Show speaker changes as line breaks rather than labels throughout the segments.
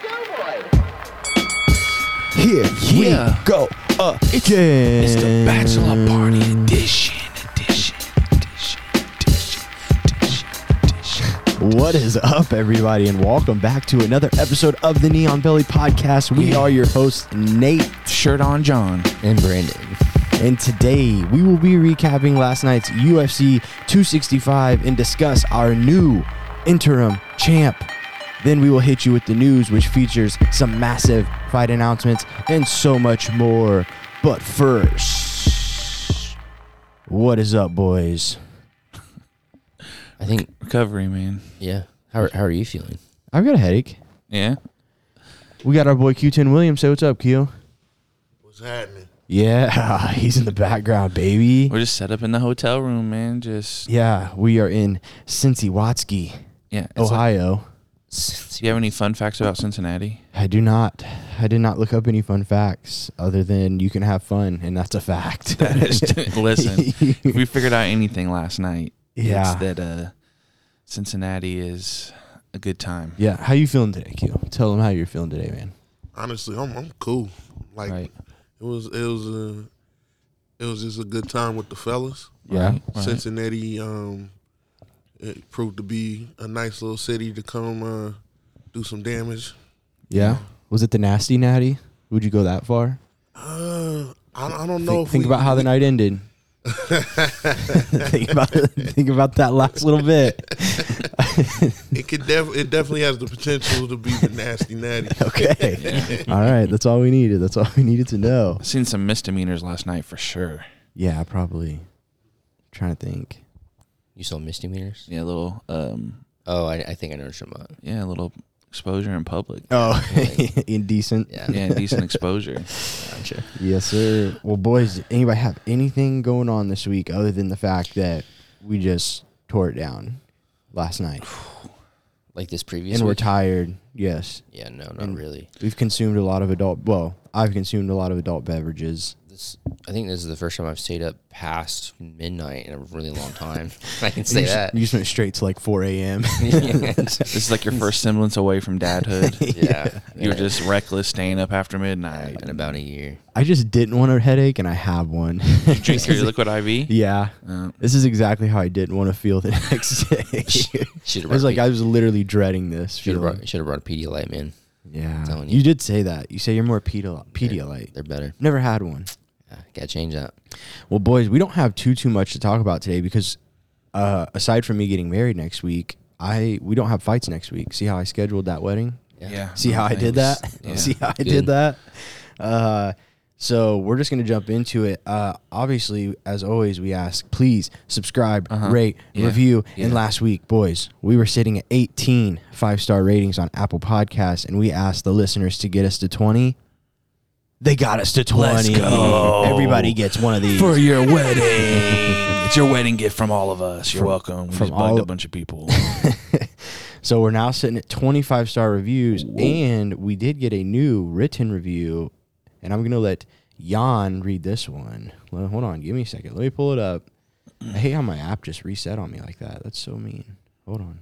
Gilroy.
Here
Yeah.
we go again.
It's the bachelor party edition. Edition. Edition. Edition. Edition. Edition.
What is up, everybody, and welcome back to another episode of the Neon Belly Podcast. We
Yeah.
are your hosts, Nate
Shirt on, John.
and Brandon. And today we will be recapping last night's UFC 265 and discuss our new interim champ. Then we will hit you with the news, which features some massive fight announcements and so much more. But first, what is up, boys?
I think,
Recovery, man.
yeah. How are, how are you feeling?
I've got a headache.
Yeah.
We got our boy Q10 Williams. Say what's up, Q.
What's happening?
Yeah, he's in the background, baby.
We're just set up in the hotel room, man. Just
Yeah, we are in Cincy Watsky,
yeah. It's like-
Ohio.
do you have any fun facts about Cincinnati?
I do not. I did not look up any fun facts other than you can have fun, and that's a fact.
Listen, if we figured out anything last night,
Yeah.
it's that uh, Cincinnati is a good time.
yeah, how you feeling today, Q? Tell them how you're feeling today, man.
Honestly, I'm I'm cool. Like
Right.
it was it was a it was just a good time with the fellas.
Yeah.
Right, right.
Cincinnati um it proved to be a nice little city to come uh do some damage.
Yeah. Was it the nasty natty? Would you go that far?
Uh I, I don't know
Think,
if
think
we-
about how the night ended. think about think about that last little bit.
it could def- it definitely has the potential to be the nasty natty.
Okay. All right. That's all we needed. That's all we needed to know.
I seen some misdemeanors last night for sure.
Yeah, probably. trying to think.
You saw misdemeanors?
Yeah, a little um,
Oh, I, I think I know what you're talking about.
yeah, a little exposure in public.
Oh, indecent.
Yeah.
Yeah, decent exposure.
Gotcha.
Yes, sir. Well, boys, did anybody have anything going on this week other than the fact that we just tore it down last night
Like this previous
and we're
week?
tired? Yes.
Yeah, no, not
and-
really.
We've consumed a lot of adult, well, I've consumed a lot of adult beverages.
This, I think this is the first time I've stayed up past midnight in a really long time. I can say
you,
that.
You just went straight to like 4 a.m.
This is like your first semblance away from dadhood.
yeah.
You were just reckless, staying up after midnight.
in about a year.
I just didn't want a headache and I have one.
Drink your liquid IV.
yeah.
Uh,
This is exactly how I didn't want to feel the next day. I
Should have
was
brought,
like,
like,
I was literally dreading this.
should have
feeling.
brought, should've brought a Pedialyte, man.
Yeah.
telling
you.
you.
did say that. You say you're more Pedialyte. Pedialyte.
They're better.
Never had one.
Yeah, gotta change that.
Well, boys, we don't have too too much to talk about today because uh, aside from me getting married next week, I we don't have fights next week. See how I scheduled that wedding?
yeah.
See how I did
Thanks.
that?
Yeah.
See how I did
Good.
that? Uh, so we're just gonna jump into it. Uh, obviously, as always, we ask please subscribe,
Uh-huh.
rate,
Yeah.
review. And
Yeah.
last week, boys, we were sitting at 18 five star ratings on Apple Podcasts, and we asked the listeners to get us to 20. They got us to 20.
Let's go.
Everybody gets one of these.
for your wedding. it's your wedding gift from all of us. You're welcome. We
from
just bugged
all- Oh,
a bunch of people.
So we're now sitting at 25 star reviews, and we did get a new written review. And I'm going to let Jan read this one. Well, hold on. Give me a second. Let me pull it up. I hate how my app just reset on me like that. That's so mean. Hold on.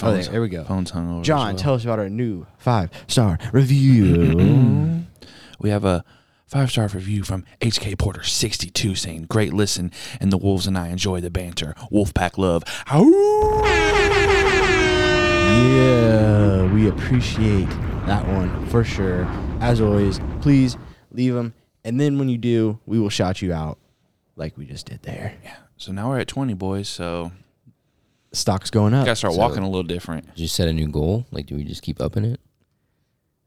Oh, there, there we go.
Phones hung over. as
John,
well.
tell us about our new five star review.
We have a five star review from HK Porter 62 saying, Great listen, and the Wolves and I enjoy the banter. Wolfpack love. How?
yeah, we appreciate that one for sure. As always, please leave them. And then when you do, we will shout you out like we just did there.
So now we're at 20, boys. So
Stock's going up.
gotta start walking a little different.
Did you set a new goal? Like, do we just keep upping it?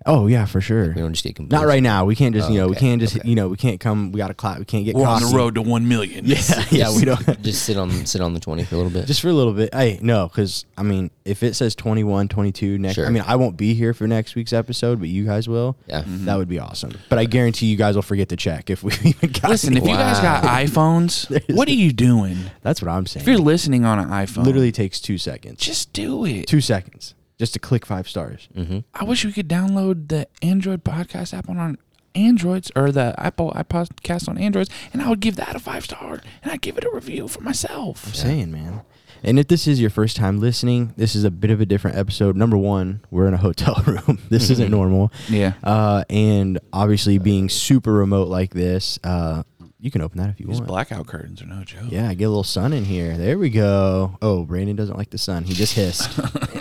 Oh yeah, for sure.
We don't just get complacent.
Not right now. We can't just you know we
okay,
can't just
okay.
you know we can't come. We got to clap. We can't get
We're on
cocky.
the road to 1 million.
Yeah, yeah. We don't
Just sit on sit on the twenty for a little bit.
just for a little bit. Hey, no, because I mean, if it says 21, 22 next,
Sure.
I mean, I won't be here for next week's episode, but you guys will.
Yeah.
Mm-hmm.
that would be awesome. But I guarantee you guys will forget to check if we even got.
Listen,
any-
if you guys got iPhones, what are you doing?
that's what I'm
If you're
saying.
listening on an iPhone,
Literally takes two seconds.
just do it.
Two seconds just to click five stars.
Mm-hmm.
I wish we could download the Android podcast app on our Androids or the Apple iPodcast on Androids, and I would give that a five star, and I'd give it a review for myself.
saying, man. And if this is your first time listening, this is a bit of a different episode. Number one, we're in a hotel room. this isn't normal.
Yeah.
Uh, and obviously, being super remote like this, uh, you can open that if you
These
want.
blackout curtains are no joke.
Yeah, get a little sun in here. There we go. Oh, Brandon doesn't like the sun. He just hissed.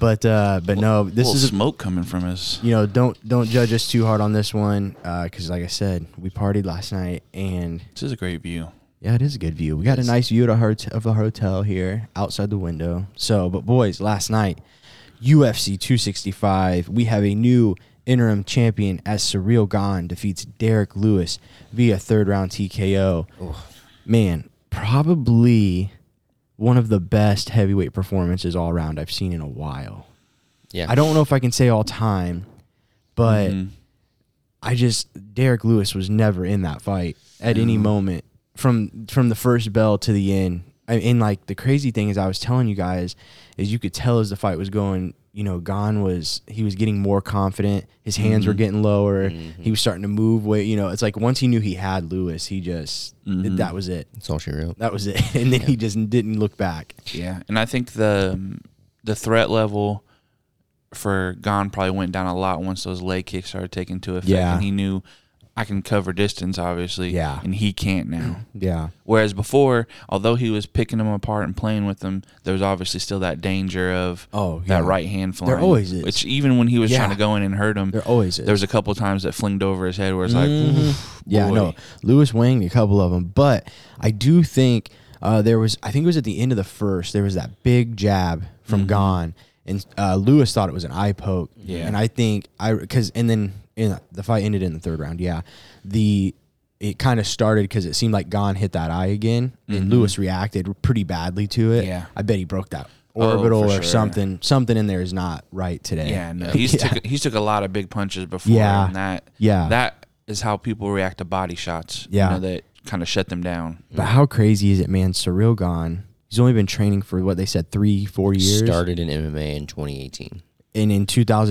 but uh, but no, this
Little
is
smoke coming from us.
you know don't don't judge us too hard on this one because like I said, we partied last night and
This is a great view.
yeah, it is a good view. We got a nice view of the, hot- of the hotel here outside the window. So, but boys, last night, UFC 265, we have a new interim champion as Surreal Gone defeats Derek Lewis via third round TKO. Man, probably one of the best heavyweight performances all around I've seen in a while.
Yeah.
I don't know if I can say all time, but
Mm-hmm.
I just Derek Lewis was never in that fight at any moment from from the first bell to the end. I, and like the crazy thing is, I was telling you guys is you could tell as the fight was going. You know, Gon was he was getting more confident. His hands
Mm-hmm.
were getting lower. He was starting to move. Way you know, it's like once he knew he had Lewis, he just
Mm-hmm.
that was it.
It's all she wrote.
That was it. And then he just didn't look back.
Yeah, and I think the the threat level for Gon probably went down a lot once those leg kicks started taking to effect,
Yeah.
and he knew I can cover distance, obviously.
Yeah.
and he can't now.
Yeah.
Whereas before, although he was picking them apart and playing with them, there was obviously still that danger of
Oh,
that
yeah.
right hand flying.
always is.
Which even when he was
Yeah.
trying to go in and hurt him,
There always is. Mm-hmm.
there was a couple times that flinged over his head where it's like, oof,
Yeah,
boy.
no, Lewis winged a couple of them, but I do think uh, there was. I think it was at the end of the first. There was that big jab from Gon, and uh, Lewis thought it was an eye poke.
Mm-hmm. Yeah.
and I think I because and then you know, the fight ended in the third round. Yeah, the it kind of started because it seemed like Gon hit that eye again, and Lewis reacted pretty badly to it.
Mm-hmm. Yeah.
I bet he broke that
Oh,
orbital
for
or
sure.
something. Something in there is not right today.
Yeah, no. He's took he's took a lot of big punches before.
Yeah.
and that
Yeah.
that is how people react to body shots. you
Yeah.
know, that kind of shut them down.
But how crazy is it, man? Surreal gone. He's only been training for what they said three, four years.
Started in MMA in 2018.
And in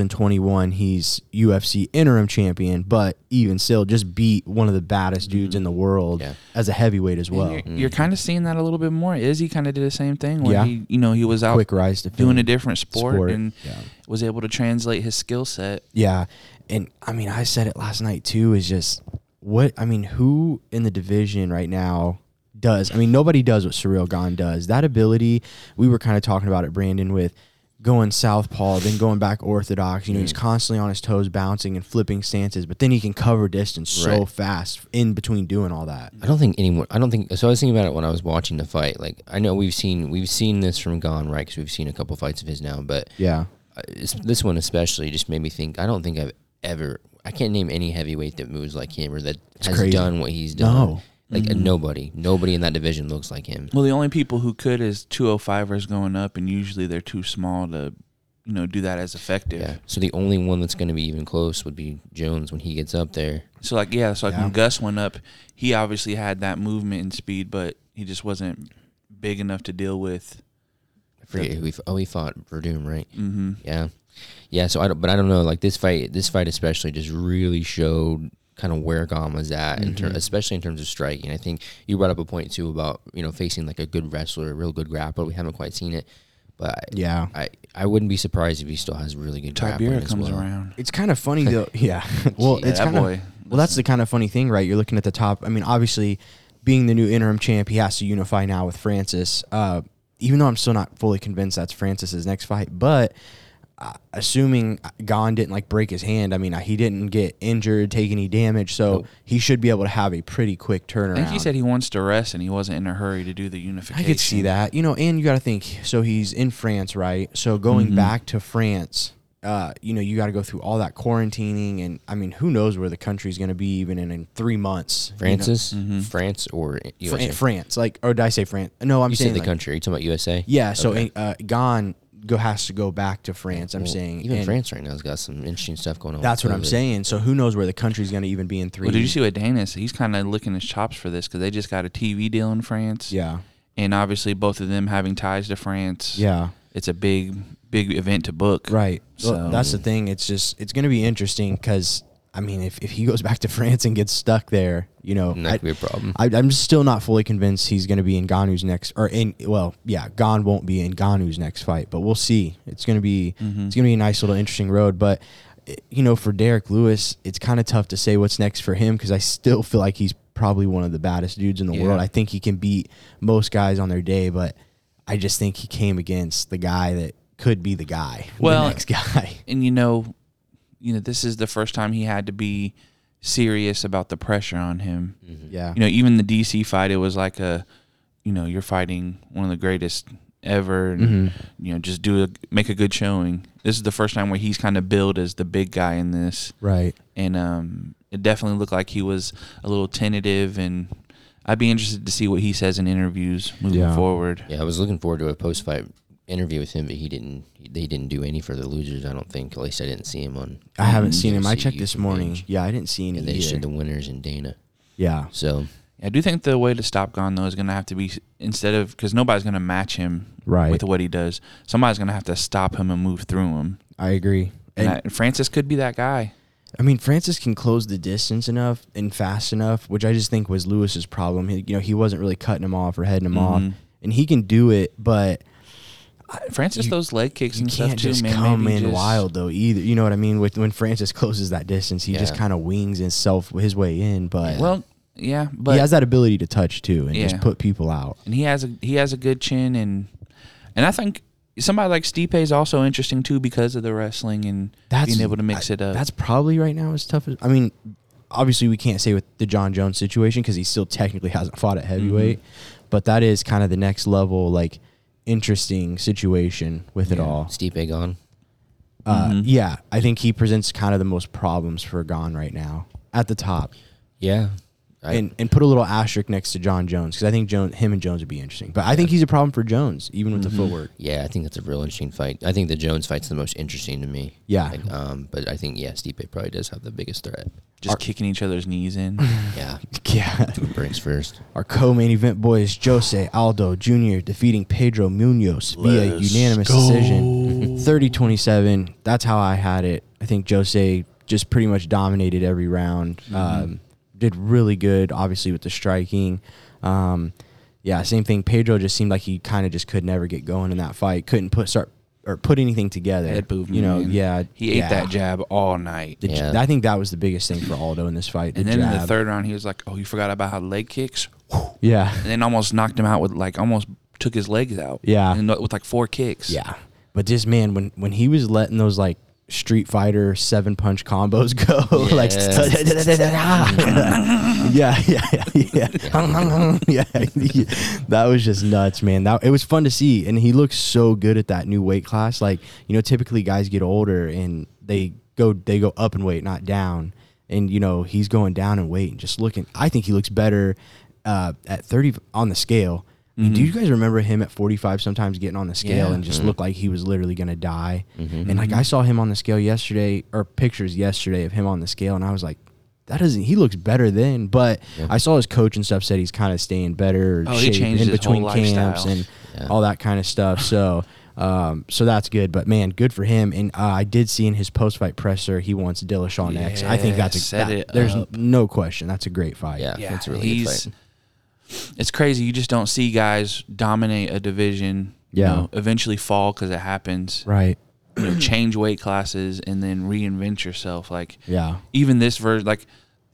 2021, he's UFC interim champion, but even still, just beat one of the baddest dudes in the world
Mm-hmm. Yeah.
as a heavyweight as well. mm.
you're, you're kind of seeing that a little bit more. Izzy kind of did the same thing where
Yeah.
he, you know, he was out
Quick rise to
doing a
fame.
different sport,
Sport,
and
yeah.
was able to translate his skill set.
Yeah. And I mean, I said it last night too is just what, I mean, who in the division right now does? I mean, nobody does what Surreal Gone does. That ability, we were kind of talking about it, Brandon, with going southpaw, then going back orthodox. You know, he's constantly on his toes, bouncing and flipping stances, but then he can cover distance so
Right.
fast in between doing all that.
I don't think anyone. I don't think. So I was thinking about it when I was watching the fight. Like I know we've seen we've seen this from Gon, right? Because we've seen a couple fights of his now, but
Yeah.
uh, it's, this one especially just made me think. I don't think I've ever. I can't name any heavyweight that moves like him or that has
crazy.
done what he's done.
No. Mm-hmm.
Like uh, nobody, nobody in that division looks like him.
Well, the only people who could is 205ers going up, and usually they're too small to, you know, do that as effective.
Yeah. So the only one that's going to be even close would be Jones when he gets up there.
So like yeah, so like
Yeah.
when Gus went up, he obviously had that movement and speed, but he just wasn't big enough to deal with.
I forget who he f- oh he fought Verdum, right?
Mm-hmm.
Yeah, yeah. So I don't, but I don't know. Like this fight, this fight especially just really showed kind of where Gon was at, in
Mm-hmm.
ter- especially in terms of striking. I think you brought up a point too about you know facing like a good wrestler, a real good grappler. We haven't quite seen it, but I-
Yeah.
I I wouldn't be surprised if he still has really good grappling
Tibera
as
comes
well.
around.
It's kind of funny though. Yeah. Well,
Yeah,
it's
that
kind of
boy.
well. That's the kind of funny thing, right? You're looking at the top. I mean, obviously, being the new interim champ, he has to unify now with Francis. Uh, even though I'm still not fully convinced that's Francis's next fight, but uh, assuming Gon didn't like break his hand, I mean, uh, he didn't get injured, take any damage, so he should be able to have a pretty quick turnaround.
I think he said he wants to rest and he wasn't in a hurry to do the
I
unification.
could see that. You know, and you got to think. So he's in France, right? So going
Mm-hmm.
back to France, uh, you know, you got to go through all that quarantining, and I mean, who knows where the country's going to be even in, in three months? you know?
Francis, France, or
Mm-hmm.
USA?
Fran- France, like, or did I say France? No, I'm
you
saying
said the
like-
country. Are you talking about USA?
Yeah. So uh, Gon go has to go back to France. I'm saying
Even
and
France right now has got some interesting stuff going on.
That's
with
what I'm
COVID.
saying. So who knows where the country's going to even be in three?
Well, did you see what Danis? He's kind of licking his chops for this because they just got a TV deal in France.
Yeah.
and obviously both of them having ties to France.
Yeah.
it's a big, big event to book.
Right. Well,
So-
that's the thing. It's just it's going to be interesting because I mean, if, if he goes back to France and gets stuck there, you know,
Not
I,
gonna be a problem.
I, I'm still not fully convinced he's going to be in Ganu's next, or in well, yeah, Gan won't be in Ganu's next fight, but we'll see. It's going to be it's going to be a nice little interesting road, but eh, you know, for Derek Lewis, it's kind of tough to say what's next for him because I still feel like he's probably one of the baddest dudes in the
Yeah.
world. I think he can beat most guys on their day, but I just think he came against the guy that could be the guy,
Well,
the next guy.
and you know, you know, this is the first time he had to be serious about the pressure on him.
yeah,
You know, even the DC fight, it was like a, you know, you're fighting one of the greatest ever. And, You know, just do a make a good showing. This is the first time where he's kind of billed as the big guy in this,
right.
and um, it definitely looked like he was a little tentative. And I'd be interested to see what he says in interviews moving
Yeah.
forward.
Yeah, I was looking forward to a post fight interview with him, but he didn't. They didn't do any for the losers. I don't think. At least I didn't see him on.
I haven't
Mm-hmm.
seen him. I
UFC
checked this
page.
morning. Yeah, I didn't see any
And they
either.
showed the winners and Dana.
yeah,
So
I do think the way to stop Gon though is going to have to be instead of because nobody's going to match him
Right.
with what he does. Somebody's going to have to stop him and move through him.
I agree.
And,
And
I- Francis could be that guy.
I mean, Francis can close the distance enough and fast enough, which I just think was Lewis's problem. He, you know, he wasn't really cutting him off or heading him
Mhm.
off, and he can do it, but
Francis
you-
those leg kicks
you
and stuff
can't
too,
just
man.
come
maybe
in
just-
wild though either. You know what I mean? With when Francis closes that distance, he just
Yeah.
kind of wings himself his way in, but
Well, yeah, but
he has that ability to touch too and just
Yeah.
put people out.
and he has a he has a good chin and and I think somebody like Stipe is also interesting too because of the wrestling and being able to mix
I-
it up.
That's probably right now as tough as I mean. Obviously, we can't say with the John Jones situation because he still technically hasn't fought at
Mm-hmm.
heavyweight, but that is kind of the next level, like interesting situation with it
Yeah.
all.
Stipe gone.
Uh,
Mhm.
Yeah, I think he presents kind of the most problems for Gon right now at the top,
Yeah. I,
and and put a little asterisk next to John Jones because I think Jones, him and Jones would be interesting, but I think he's a problem for Jones even with
Mm-hmm.
the footwork.
yeah, I think that's a real interesting fight. I think the Jones fight's the most interesting to me.
Yeah.
Like, um, but I think yeah, Stipe probably does have the biggest threat.
just kicking each other's knees in.
Yeah.
Yeah.
Breaks first.
Our co-main event boys Jose Aldo Jr. defeating Pedro Munoz via unanimous decision, 30-27. That's how I had it. I think Jose just pretty much dominated every round.
Mm-hmm.
Um, did really good, obviously with the striking. Um, yeah, same thing. Pedro just seemed like he kind of just could never get going in that fight. Couldn't put start or put anything together.
Head movement.
you know,
man.
yeah.
He ate
yeah.
that jab all night.
The j-
Yeah.
I think that was the biggest thing for Aldo in this fight. the
and then in the
jab.
third round, he was like, "Oh, you forgot about how leg kicks."
yeah,
and then almost knocked him out with like almost took his legs out.
Yeah.
and with like four kicks.
Yeah. But this man, when when he was letting those like Street Fighter seven punch combos go, like yeah, yeah, yeah, yeah, yeah. That was just nuts, man. That it was fun to see, and he looks so good at that new weight class. Like you know, typically guys get older and they go they go up in weight, not down. And you know, he's going down in weight and just looking. I think he looks better uh, at thirty on the scale. Do you guys remember him at 45 sometimes getting on the scale
Yeah.
and just looked like he was literally going to die?
Mm-hmm.
And like I saw him on the scale yesterday or pictures yesterday of him on the scale and I was like that doesn't he looks better then, but I saw his coach and stuff said he's kind of staying better
Oh, he
shaped
changed
in
his
between
whole
camps
lifestyle.
and all that kind of stuff. So um, so that's good, but man, good for him. And uh, I did see in his post fight presser he wants Dillashaw next. I think that's a
Yeah, set
that-
it
there's
up.
no question. That's a great fight.
Yeah.
yeah.
That's a really good
he's
fight.
it's crazy. You just don't see guys dominate a division. you
Yeah.
know, eventually fall because it happens.
Right.
You know, change weight classes and then reinvent yourself. Like
Yeah.
even this version, like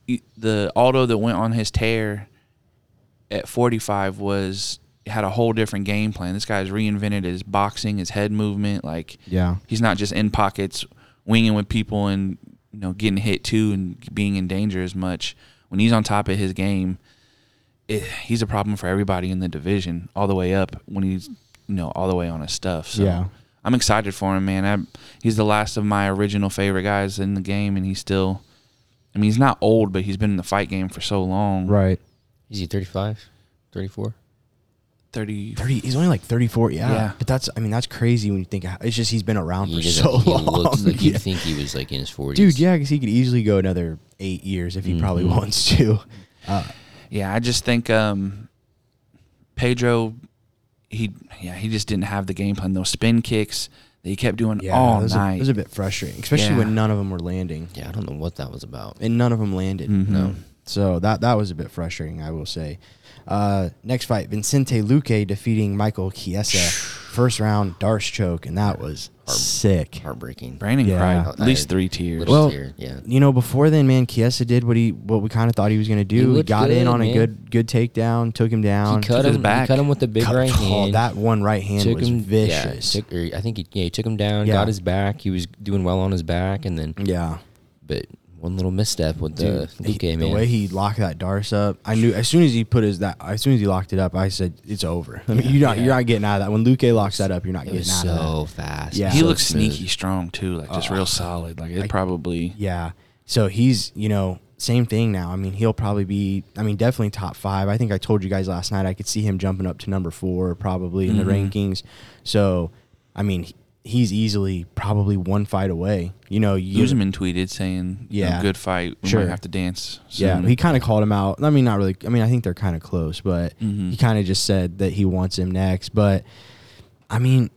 e- the Aldo that went on his tear at 45 was had a whole different game plan. This guy's reinvented his boxing, his head movement. Like
Yeah.
he's not just in pockets winging with people and you know getting hit too and being in danger as much when he's on top of his game it, he's a problem for everybody in the division all the way up when he's you know all the way on his stuff so
Yeah.
i'm excited for him man I, he's the last of my original favorite guys in the game and he's still i mean he's not old but he's been in the fight game for so long
Right.
Is he 35? 34?
30
30 he's only like 34 yeah.
Yeah.
but that's i mean that's crazy when you think how- it's just he's been around
He
for
doesn't-
so
he
long
looks like
Yeah.
you'd think he was like in his 40s.
dude yeah because he could easily go another eight years if he probably wants to
Yeah, I just think um, Pedro, he yeah he just didn't have the game plan. Those spin kicks, that he kept doing
Yeah,
all
it, was A,
night.
it was a bit frustrating, especially when
Yeah.
none of them were landing,
Yeah, I don't know what that was about.
and none of them landed.
Mhm.
No.
So that that was a bit frustrating, I will say. Uh, next fight, Vincente Luque defeating Michael Chiesa, first round Darce choke, and that was sick.
Heartbreaking.
Brandon
Yeah.
cried
Oh,
at
I-
least three tears.
Little
Well,
tear, yeah.
You know, before then, man, Chiesa did what he what we kind of thought he was going to do. He,
looked
got in
good,
on a
man.
good good takedown, took him
He
down.
cut
his
him.
back.
He cut him with the big
Cut-
right
oh,
hand.
that one right hand was vicious.
Yeah, took, or I think he, yeah, he took him down,
Yeah.
got his back. He was doing well on his back, and then
yeah.
but one little misstep with the
Dude,
Luke
he-
man.
the way he locked that Darce up, I knew as soon as he put his that as soon as he locked it up, I said it's over. I mean, you're not you're not getting out of that. When Luke locks that up, you're not
it
getting
was
out of
so fast.
Yeah.
he
so
looks
smooth.
sneaky strong too, like just
Oh.
real solid. Like it
I-
probably
that. Yeah. So he's you know same thing now. I mean, he'll probably be. I mean, definitely top five. I think I told you guys last night. I could see him jumping up to number four probably in the
Mhm.
rankings. So, I mean, he- he's easily probably one fight away. You know, you
Usman tweeted saying, you know,
Yeah.
good fight. We
Sure.
might have to dance."
Yeah,
soon."
he kind of called him out. I mean, not really. I mean, I think they're kind of close, but
Mm-hmm.
Mhm.
he kind of just said that he wants him next. But I mean,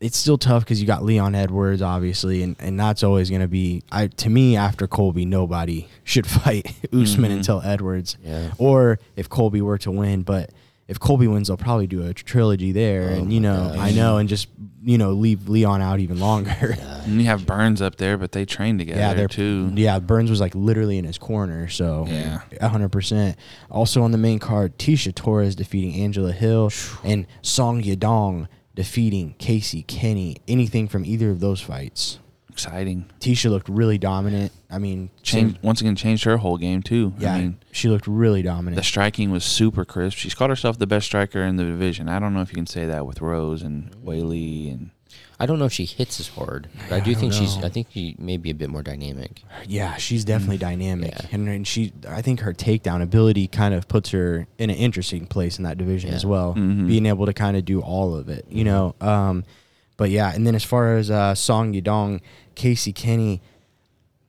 it's still tough because you got Leon Edwards, obviously, and, and that's always going to be. I to me after Colby, nobody should fight Usman
Mhm.
until Edwards,
Mm-hmm. Yeah.
or if Colby were to win, but. If Colby wins, they'll probably do a trilogy there,
Oh
and you
my
know,
gosh.
I know, and just you know, leave Leon out even longer.
and you have Burns up there, but they train together
Yeah, they're
too.
Yeah, Burns was like literally in his corner. So
Yeah.
hundred percent. Also on the main card, Tisha Torres defeating Angela Hill and Song Yadong defeating Casey Kenny. Anything from either of those fights?
Exciting.
Tisha looked really dominant. I mean,
Change
same-
once again changed her whole game too.
Yeah,
I mean,
she looked really dominant.
the striking was super crisp. She's called herself the best striker in the division. I don't know if you can say that with Rose and Whaley and
I don't know if she hits as hard, but I do
don't
think she's.
know.
I think she may be a bit more dynamic.
Yeah, she's definitely dynamic,
Mm. Yeah.
and, and she. I think her takedown ability kind of puts her in an interesting place in that division
Yeah. Mm-hmm.
as well,
Mhm.
being able to kind of do all of it, you know. Um, but yeah, and then as far as uh, Song Yudong, Casey Kenny,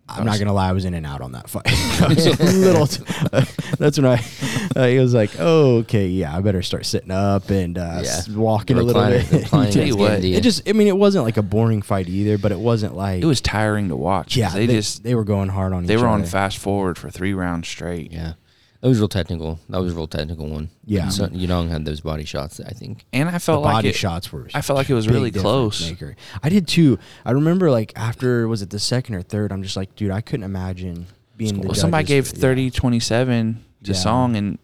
I'm not gonna lie, I was in and out on that fight. I was a little. t- that's when I. Uh, it was like, oh, okay, yeah, I better start sitting up and uh, s-
Yeah.
walking a little
Recliner-
bit.
reclining
Tell you
is
what,
getting to
It just. I mean, it wasn't like a boring fight either, but it wasn't like.
it was tiring to watch. 'cause
Yeah,
they, just
they were going hard on each
they were on
other.
fast forward for three rounds straight.
Yeah, that was real technical. That was a real technical one.
Yeah.
so, Yudong had those body shots. I think.
And I felt
the
like
body
it,
shots were.
I felt like it was
big
really
difference
close.
maker. I did too. I remember like after was it the second or third? I'm just like, dude, I couldn't imagine being. the
Well, somebody gave
judges for-
30 27 to
Yeah.
Song, and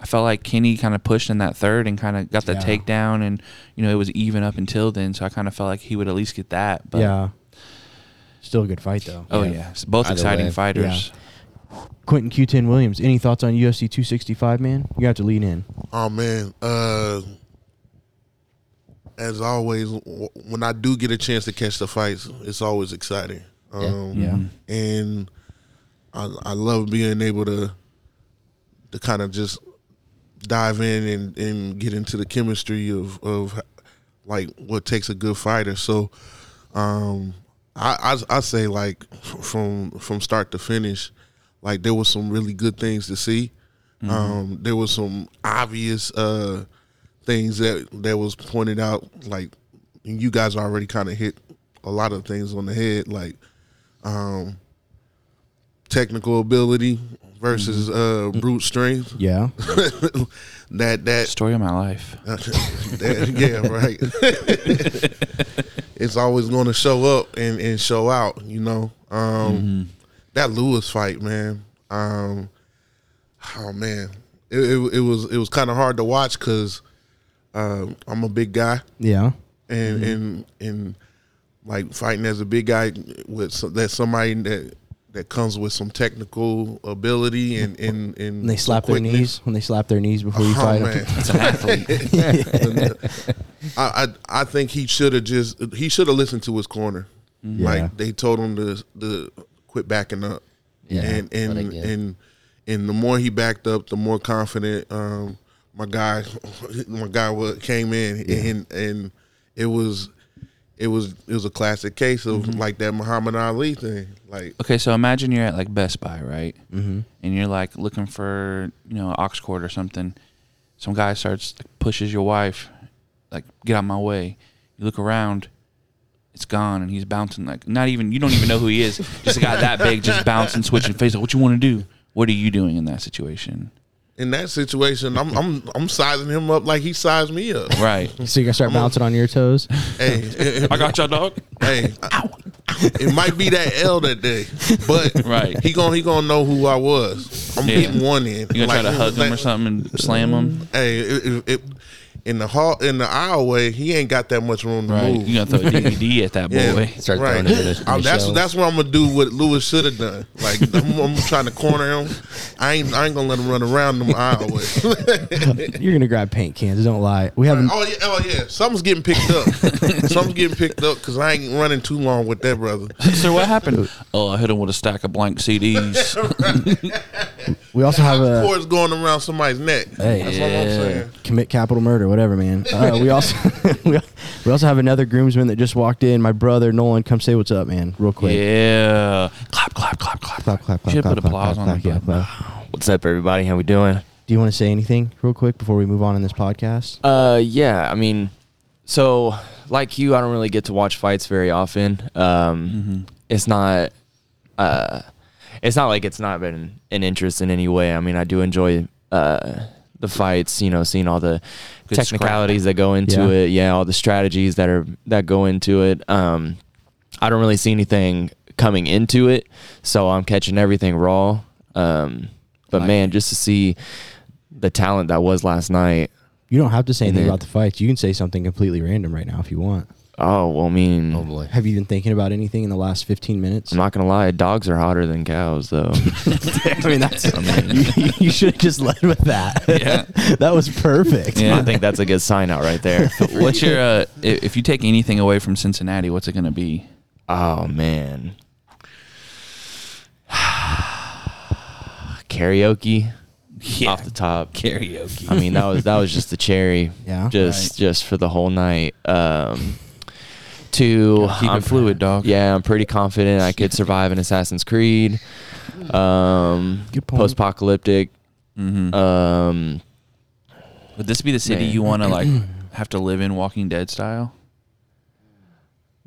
I felt like Kenny kind of pushed in that third and kind of got that
Yeah.
takedown, and you know it was even up until then. So I kind of felt like he would at least get that.
Yeah.
But
yeah. Still a good fight though.
oh yeah, it's both
Either
exciting
way.
fighters.
Quentin Q10 Williams. Any thoughts on UFC 265, man? You have to lean in.
Oh man, uh, as always, w- when I do get a chance to catch the fights, it's always exciting. Um,
Yeah.
Mm-hmm.
and I, I love being able to to kind of just dive in and, and get into the chemistry of of like what takes a good fighter. So, um, I, I I say like from from start to finish, like there was some really good things to see. Um, there was some obvious uh things that that was pointed out. Like and you guys already kind of hit a lot of things on the head. Like um, technical ability versus uh, brute strength.
Yeah.
that that,
Story of my life.
that yeah right. it's always going to show up and, and show out. You know um, that Lewis fight, man. Um, oh man, it, it, it was it was kind of hard to watch because um, I'm a big guy
Yeah.
and
Mm-hmm.
and and like fighting as a big guy with some, that somebody that that comes with some technical ability and and and,
And they
some
slap their
quickness.
knees when they slap their knees before you
Oh,
fight 'em.
man.
It's an athlete.
I, I I think he should have just he should have listened to his corner.
Mm-hmm. Yeah.
Like they told him to to quit backing up.
Yeah,
and
let
and
it get.
and and the more he backed up, the more confident um, my guy my guy wa- came in and and it was it was it was a classic case of
Mm-hmm.
like that Muhammad Ali thing. Like
Okay, so imagine you're at like Best Buy, right? Mm-hmm. And you're like looking for you know ox cord or something. Some guy starts pushes your wife, like get out my way. You look around, it's gone, and he's bouncing like not even you don't even know who he is. just a guy that big, just bouncing, switching face. Like, what you want to do? What are you doing in that situation?
In that situation, I'm I'm I'm sizing him up like he sized me up.
Right.
So you gonna start bouncing on your toes?
hey,
I got your dog.
hey, it might be that L that day, but
Right.
he gon' he gonna know who I was. I'm
Yeah.
hitting one in.
You gonna
Like,
try to
it
hug
was
him or
like-
something and slam him?
Hey, it, it, it, in the hall in the aisleway, he ain't got that much room to
Right.
move.
You gonna throw a DVD at that
Yeah.
boy?
Start
right.
throwing it in the- in
I'm-
the
that's
shells.
that's what I'm gonna do. What Lewis should have done. Like I'm, I'm trying to corner him. I ain't I ain't gonna let him run around them aisleway.
You're gonna grab paint cans. Don't lie. We haven't.
Oh yeah, oh yeah. Something's getting picked up. Something's getting picked up because I ain't running too long with that brother.
Sir, what happened? Oh, I hit him with a stack of blank CDs.
We also have a
Hot cord's going around somebody's neck.
Hey.
That's what I'm saying.
commit capital murder, whatever, man. Uh, we also we, we also have another groomsman that just walked in. My brother Nolan, come say what's up, man, real quick.
Yeah. Clap, clap, clap, clap,
Clap, clap, clap,
Should
clap,
put
clap,
applause
clap,
on
clap,
the
yeah, clap.
What's up, everybody? How we doing?
Do you want to say anything real quick before we move on in this podcast?
Uh, yeah. I mean, so like you, I don't really get to watch fights very often. Um,
Mm-hmm.
it's not, uh, it's not like it's not been an interest in any way. I mean, I do enjoy uh the fights. You know, seeing all the
Good
technicalities that go into
Yeah.
it. Yeah, all the strategies that are that go into it. Um, I don't really see anything coming into it, so I'm catching everything raw. Um, but
Like-
man, just to see the talent that was last night.
You don't have to say anything
then-
about the fights. You can say something completely random right now if you want.
Oh well, I mean,
Oh boy.
Have you been thinking about anything in the last 15 minutes?
I'm not gonna lie, dogs are hotter than cows, though.
I mean, that's you, you should have just led with that.
Yeah.
that was perfect.
Yeah.
I think that's a good sign out right there.
What's your uh, i- if you take anything away from Cincinnati, what's it going to be?
oh man, karaoke off the top.
karaoke.
I mean, that was that was just the cherry.
Yeah.
just
Right.
just for the whole night. Um, two.
Keep
I'm-
it fluid, dog.
Yeah, I'm pretty confident I could survive an Assassin's Creed. Um,
Good point.
post-apocalyptic.
hmm
Uh,
Um,
Would this be the city
Man.
you want to like have to live in Walking Dead style?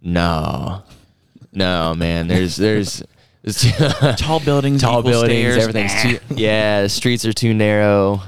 No, no, man. There's there's it's
Tall buildings,
tall
equal
buildings.
stairs.
Everything's too yeah. The streets are too narrow.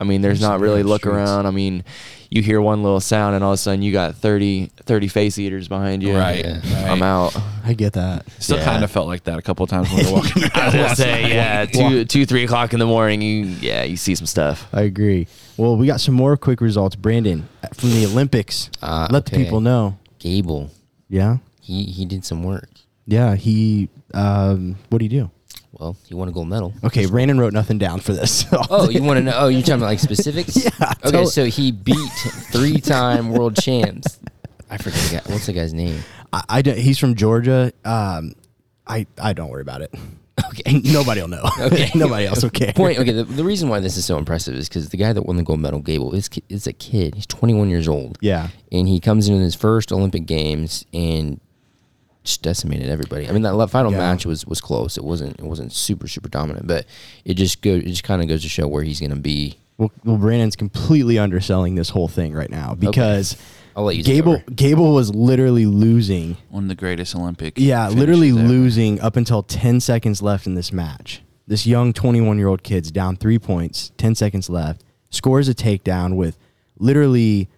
I mean, there's
There's
not
some
really
narrow
look
streets.
around. I mean, you hear one little sound, and all of a sudden you got 30, 30 face eaters behind you.
Right,
Yeah.
right.
I'm out.
I get that.
Still
Yeah.
kind of felt like that a couple of times when we were walking.
I will say, yeah, two, two, three o'clock in the morning. You, yeah, you see some stuff.
I agree. Well, we got some more quick results, Brandon, from the Olympics.
Ah,
Let the
okay.
people know.
Gable.
Yeah,
He he did some work.
yeah. He, um, what do you do?
Well, he won a gold medal.
Okay, Brandon wrote nothing down for this. so-
Oh, you want to know? Oh, you're talking about like specifics?
Yeah,
Okay,
tell-
so he beat three-time world champs. I forget the guy. what's the guy's name.
I, I don't- he's from Georgia. Um, I I don't worry about it. Okay, nobody will know.
Okay.
nobody else will care.
Point. Okay, the, the reason why this is so impressive is because the guy that won the gold medal, Gable, is ki- is a kid. He's 21 years old.
Yeah.
and he comes into his first Olympic Games and just decimated everybody. I mean, that le- final
Yeah.
match was was close. It wasn't it wasn't super super dominant, but it just go it just kind of goes to show where he's gonna be.
Well, well, Brandon's completely underselling this whole thing right now because
I'll let you. take
Gable
over.
Gable was literally losing.
One of the greatest Olympic.
Yeah,
finishes
literally
ever.
losing up until 10 seconds left in this match. This young 21 year old kid's down three points, 10 seconds left, scores a takedown with literally,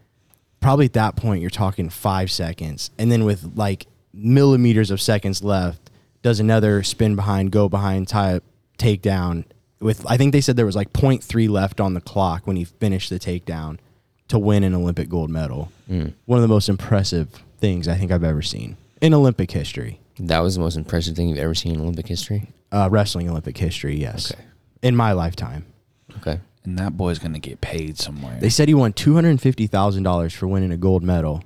probably at that point, you're talking five seconds. And then with like millimeters of seconds left, does another spin behind, go behind, tie, takedown. With, I think they said there was like 0.3 left on the clock when he finished the takedown to win an Olympic gold medal. One of the most impressive things I think I've ever seen in Olympic history,
That was the most impressive thing you've ever seen in Olympic history.
uh, wrestling Olympic history. Yes,
Okay.
in my lifetime,
Okay.
and that boy's going to get paid somewhere.
they said he won two hundred fifty thousand dollars for winning a gold medal.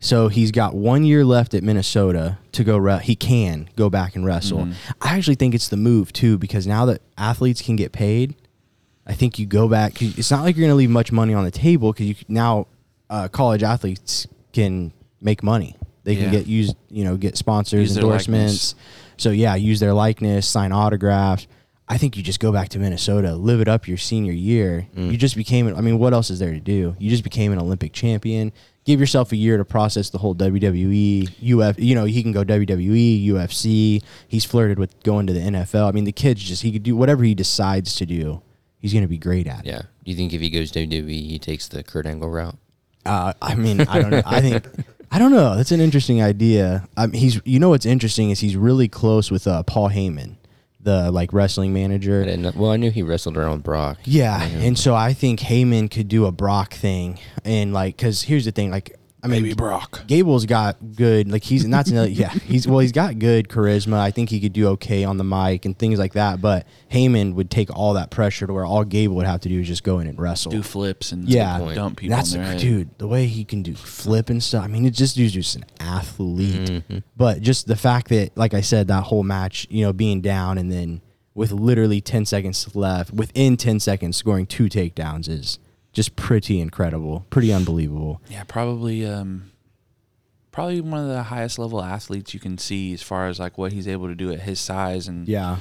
So he's got one year left at Minnesota to go. Re- he can go back and wrestle.
Mm-hmm.
I actually think it's the move too because now that athletes can get paid, I think you go back. 'cause It's not like you're going to leave much money on the table because you c- now uh, college athletes can make money. They can
Yeah.
get used, you know, get sponsors,
Use their
endorsements. So yeah, use their likeness, sign autographs. I think you just go back to Minnesota, live it up your senior year. You just became. I mean, what else is there to do? You just became an Olympic champion. give yourself a year to process the whole WWE, UF. You know, he can go E, WWE, UFC. He's flirted with going to the NFL. I mean, the kid's just he could do whatever he decides to do. He's gonna be great at it.
Yeah. Do you think if he goes WWE, he takes the Kurt Angle route?
Uh, I mean, I don't. know. I think I don't know. That's an interesting idea. Um, he's. You know what's interesting is he's really close with uh, Paul Heyman, the like wrestling manager.
I didn't know- well, I knew he wrestled around Brock.
Yeah,
I know.
and so I think Heyman could do a Brock thing, and like, cause here's the thing, like, I mean,
Baby Brock.
Gable's got good, like, he's not another, yeah, he's well, he's got good charisma. I think he could do okay on the mic and things like that. But Heyman would take all that pressure to where all Gable would have to do is just go in and wrestle.
do flips and
Yeah. Good point.
dump people.
That's
in their head.
dude, the way he can do flip and stuff. I mean, it just dude's just an athlete. But just the fact that, like I said, that whole match, you know, being down and then with literally ten seconds left, within ten seconds, scoring two takedowns is just pretty incredible, pretty unbelievable.
Yeah, probably um probably one of the highest level athletes you can see as far as like what he's able to do at his size and
Yeah,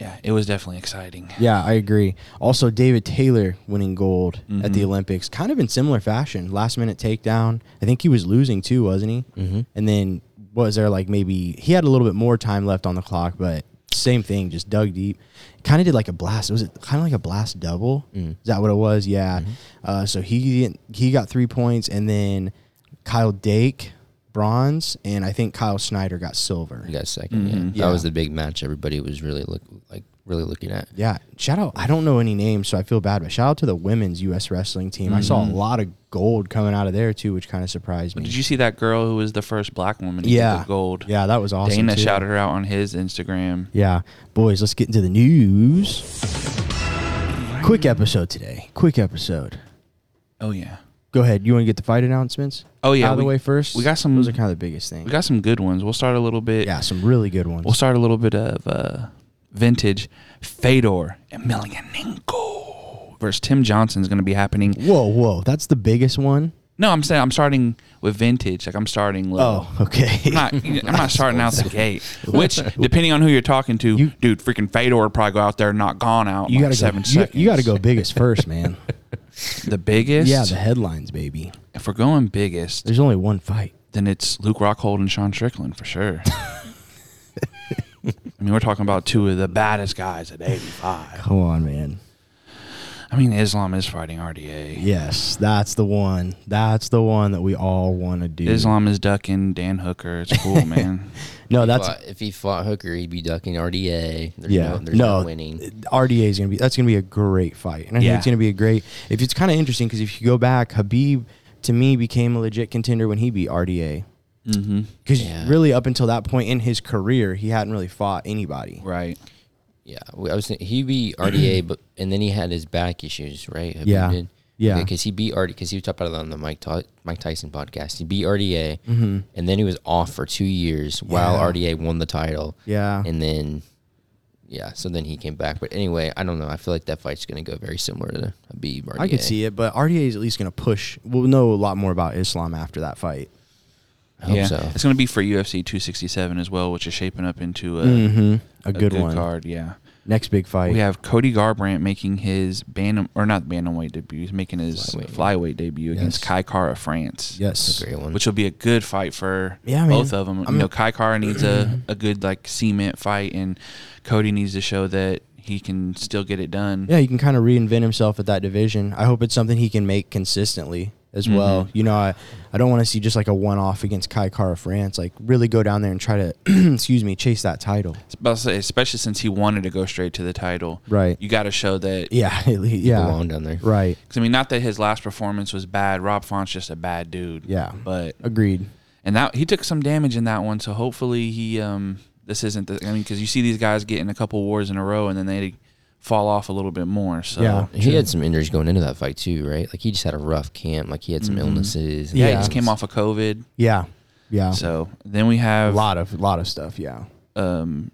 yeah, it was definitely exciting.
yeah, I agree. Also, David Taylor winning gold at the Olympics, kind of in similar fashion. Last minute takedown. I think he was losing too, wasn't he? Mm-hmm. And then was there like maybe he had a little bit more time left on the clock, but same thing, just dug deep. Kind of did like a blast. Was it kind of like a blast double? Is that what it was? Yeah. Uh, so he didn't- he got three points, and then Kyle Dake bronze, and I think Kyle Snyder got silver.
He got 2nd Yeah.
Yeah.
That was the big match everybody was really look like really looking at.
Yeah. Shout out. I don't know any names, so I feel bad, but shout out to the women's U.S. wrestling team. I saw a lot of gold coming out of there, too, which kind of surprised me.
Mm-hmm. Did you see that girl who was the first black woman to get
yeah.
the gold?
Yeah, that was awesome.
Dana
too.
shouted her out on his Instagram.
Yeah. Boys, let's get into the news. Quick episode today. Quick episode.
Oh yeah.
Go ahead. You want to get the fight announcements?
Oh yeah.
Out of
we,
the way first?
we got some-
Those are kind of the biggest things.
we got some good ones. We'll start a little bit
yeah, some really good ones.
We'll start a little bit of uh, vintage Fedor Emelianenko versus Tim Johnson is going to be happening.
whoa, whoa. That's the biggest one?
No, I'm saying I'm starting with vintage. Like I'm starting low.
Oh, okay.
I'm not, I'm not starting out the gate. Which, depending on who you're talking to,
You-
dude, freaking Fedor would probably go out there and knock gone out. in
you
like
got to
seven
go, you-
seconds.
you got to go biggest first, man.
the biggest.
yeah, the headlines, baby.
if we're going biggest,
There's only one fight.
then it's Luke Rockhold and Sean Strickland for sure. I mean, we're talking about two of the baddest guys at 85.
Come on, man.
I mean, Islam is fighting RDA.
Yes, that's the one. That's the one that we all want to do.
Islam is ducking Dan Hooker. It's cool, man.
No, that's
But if he fought Hooker, he'd be ducking RDA. There's
yeah.
no,
No,
there's no winning.
RDA is gonna be that's gonna be a great fight, and I think
Yeah.
it's gonna be a great. If it's kind of interesting because if you go back, Habib to me became a legit contender when he beat RDA.
mm-hmm.
Because
Yeah.
really, up until that point in his career, he hadn't really fought anybody.
Right.
Yeah, we- I was thinking he beat RDA, but and then he had his back issues, right? Habib
Yeah.
did?
Yeah.
because he beat RDA because he was talking about it on the Mike Ty- Mike Tyson podcast. He beat RDA,
Mm-hmm.
and then he was off for two years while RDA won the title.
Yeah.
and then yeah, so then he came back. But anyway, I don't know. I feel like that fight's gonna go very similar to Habib. RDA.
I could see it, but RDA is at least gonna push. We'll know a lot more about Islam after that fight.
I hope
yeah.
so.
It's going to be for UFC 267 as well, which is shaping up into a,
Mm-hmm. A, good, one.
card. Yeah.
Next big fight.
We have Cody Garbrandt making his bantam or not bantamweight debut. He's making his flyweight,
Flyweight.
debut against Kai Kara France.
yes.
Great one.
Which will be a good fight for
Yeah, man.
both of them.
I'm-
you know, Kai Kara needs a, a good like cement fight, and Cody needs to show that he can still get it done.
Yeah, he can kind of reinvent himself at that division. I hope it's something he can make consistently as well. You know, I, I don't want to see just like a one off against Kai Kara France. Like really go down there and try to excuse me, chase that title.
But I'll say, Especially since he wanted to go straight to the title.
Right.
You got to show that
Yeah, at least- yeah.
belong down there.
Right.
Because I mean, not that his last performance was bad. Rob Font's just a bad dude.
Yeah.
But
Agreed.
and that he took some damage in that one, so hopefully he um this isn't the I mean because you see these guys getting a couple wars in a row and then they fall off a little bit more. So
Yeah.
He had some injuries going into that fight too, right? Like he just had a rough camp. Like he had some illnesses. and
yeah, he
Mm-hmm. Yeah.
just came off of COVID.
Yeah. Yeah.
So then we
a
have
lot of lot of stuff, yeah.
um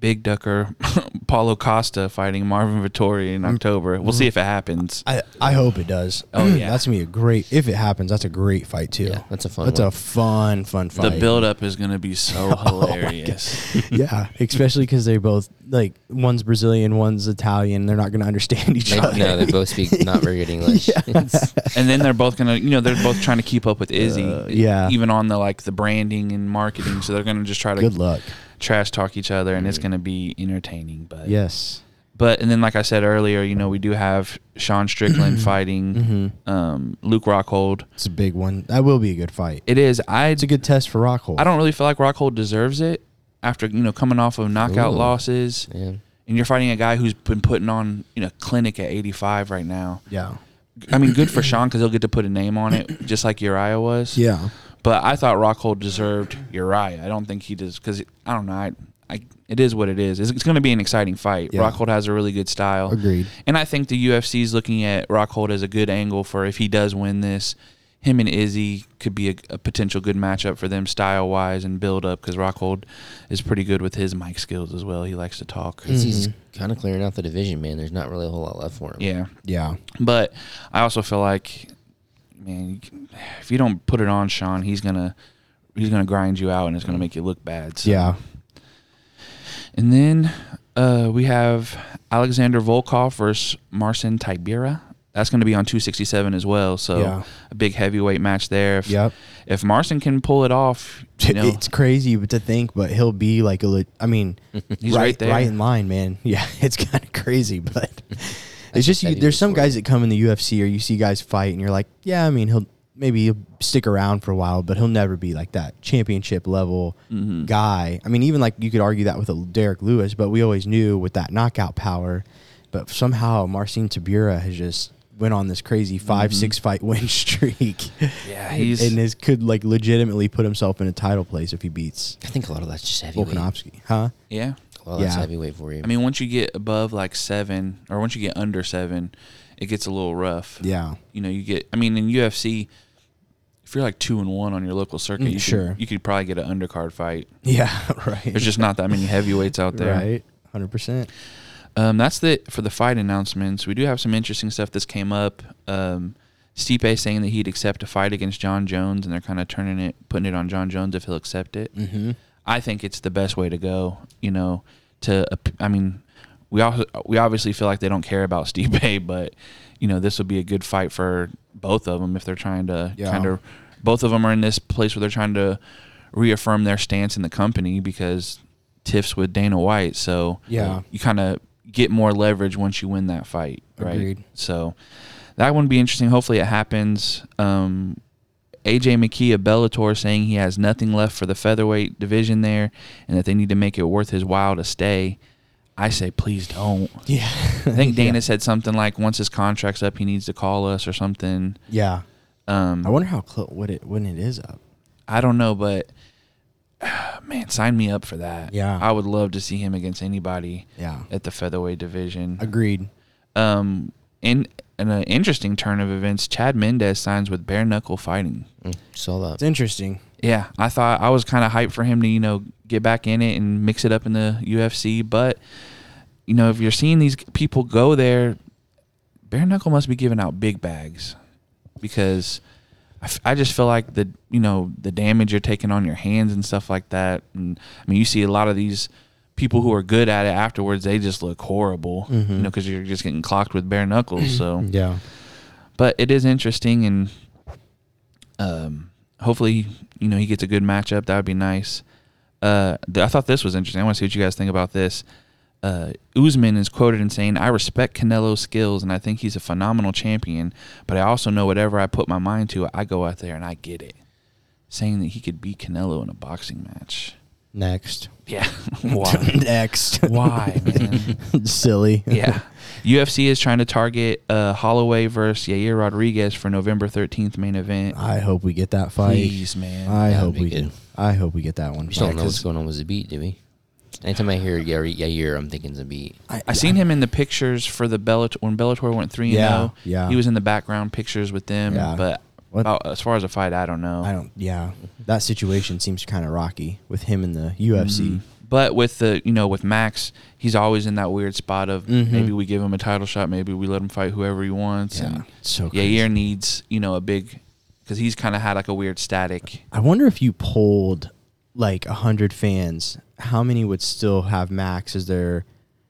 Big Ducker, Paulo Costa fighting Marvin Vittori in October. We'll see if it happens.
Mm-hmm. I, I hope it does.
Oh, yeah.
that's gonna be a great. If it happens, that's a great fight too.
Yeah, that's a fun
That's
one.
a fun, fun
The
fight. Oh
buildup is going to be so hilarious.
yeah, especially because they're both like one's Brazilian, one's Italian. They're not gonna understand each
They,
other.
no, they both speak not very good English. It's-
and then they're both gonna you know they're both trying to keep up with izzy
Uh, yeah.
even on the like the branding and marketing so they're gonna just try to
Good luck.
trash talk each other and it's gonna be entertaining but
Yes.
but and then like i said earlier you know we do have sean strickland fighting
Mm-hmm.
um luke rockhold
It's a big one. That will be a good fight.
it is i
It's a good test for Rockhold.
i don't really feel like rockhold deserves it after you know coming off of knockout
Ooh.
losses
yeah.
and you're fighting a guy who's been putting on you know clinic at 85 right now
Yeah.
i mean good for sean because he'll get to put a name on it just like uriah was
Yeah.
But I thought Rockhold deserved Uriah. I don't think he does because I don't know. I, I it is what it is. It's, it's going to be an exciting fight.
Yeah.
Rockhold has a really good style.
Agreed.
And I think the UFC is looking at Rockhold as a good angle for if he does win this. Him and Izzy could be a, a potential good matchup for them style wise and build up because Rockhold is pretty good with his mic skills as well. He likes to talk.
Mm. Mm-hmm.
He's kind of clearing out the division, man. There's not really a whole lot left for him.
Yeah.
Yeah.
But I also feel like, man, you- if you don't put it on Sean, he's gonna he's gonna grind you out and it's gonna make you look bad. So.
Yeah.
And then uh, we have Alexander Volkov versus Marcin Tibera. That's going to be on 267 as well. So
Yeah.
a big heavyweight match there. If,
Yep.
if Marcin can pull it off, you know,
It's crazy but to think, but he'll be like a. le- I mean,
He's
right,
right there.
right in line, man. Yeah, it's kind of crazy, but it's just you,
heavy
there's some
before.
guys that come in the UFC or you see guys fight and you're like, yeah, I mean, he'll maybe he'll stick around for a while, but he'll never be like that championship level guy. I mean, even like you could argue that with a Derek Lewis, but we always knew with that knockout power. But somehow Marcin Tabura has just went on this crazy 5 six fight win streak.
yeah, he's
and this could like legitimately put himself in a title place if he beats
I think a lot of that's just heavyweight. A lot
Volkanovski, huh?
yeah.
of that's
Yeah.
heavyweight for you.
I mean, once you get above like seven, or once you get under seven, it gets a little rough.
Yeah.
you know, you get. I mean, in UFC, if you're like two and one on your local circuit,
Mm,
you
sure.
could, you could probably get an undercard fight.
Yeah, right.
There's just not that many heavyweights out there.
Right. 100%.
Um, that's the for the fight announcements. We do have some interesting stuff that's came up. Um, Stipe saying that he'd accept a fight against John Jones, and they're kind of turning it, putting it on John Jones if he'll accept it.
Mhm.
I think it's the best way to go. You know, to I mean, we also we obviously feel like they don't care about Stipe, but you know, this would be a good fight for both of them if they're trying to
Yeah.
kind of both of them are in this place where they're trying to reaffirm their stance in the company because tiffs with Dana White, so
Yeah.
you kind of get more leverage once you win that fight, right?
Agreed.
So that one would be interesting. Hopefully, it happens. Um, AJ McKee of Bellator saying he has nothing left for the featherweight division there, and that they need to make it worth his while to stay. I say, please don't.
Yeah.
I think Dana said something like, once his contract's up, he needs to call us or something.
Yeah.
Um,
I wonder how close what it when it is up.
I don't know, but man, sign me up for that.
Yeah.
I would love to see him against anybody
Yeah.
at the featherweight division.
Agreed.
Um, in, in an interesting turn of events, Chad Mendez signs with bare knuckle fighting.
Mm, saw
It's
that.
interesting.
Yeah, I thought I was kind of hyped for him to you know get back in it and mix it up in the UFC, but you know if you're seeing these people go there, bare knuckle must be giving out big bags because I, f- I just feel like the you know the damage you're taking on your hands and stuff like that, and I mean you see a lot of these people who are good at it afterwards they just look horrible, you know, because you're just getting clocked with bare knuckles. So
Yeah.
but it is interesting and um hopefully you know he gets a good matchup that would be nice uh th- i thought this was interesting i want to see what you guys think about this uh Usman is quoted in saying i respect canelo's skills and i think he's a phenomenal champion but i also know whatever i put my mind to i go out there and i get it saying that he could beat canelo in a boxing match
Next.
yeah why
Next.
why man
Silly.
yeah. UFC is trying to target uh, Holloway versus Yair Rodriguez for November 13th main event.
I hope we get that fight.
Please, man.
I hope
be
we
good.
I hope we get that one.
We just don't know what's
because
going on with the beat, do we? Anytime I hear Yair, Yair I'm thinking the beat.
I seen him in the pictures for the Bellator when Bellator went 3 and
Yeah,
0.
yeah.
He was in the background pictures with them,
Yeah.
but
What-
about- as far as a fight, I don't know.
Mm-hmm.
I don't yeah. That situation seems kind of rocky with him in the UFC.
Mm-hmm. But with the you know with Max, he's always in that weird spot of
Mm-hmm.
maybe we give him a title shot, maybe we let him fight whoever he wants.
Yeah,
and
so
Yair needs you know a big because he's kind of had like a weird static.
I wonder if you polled like a hundred fans, how many would still have Max as their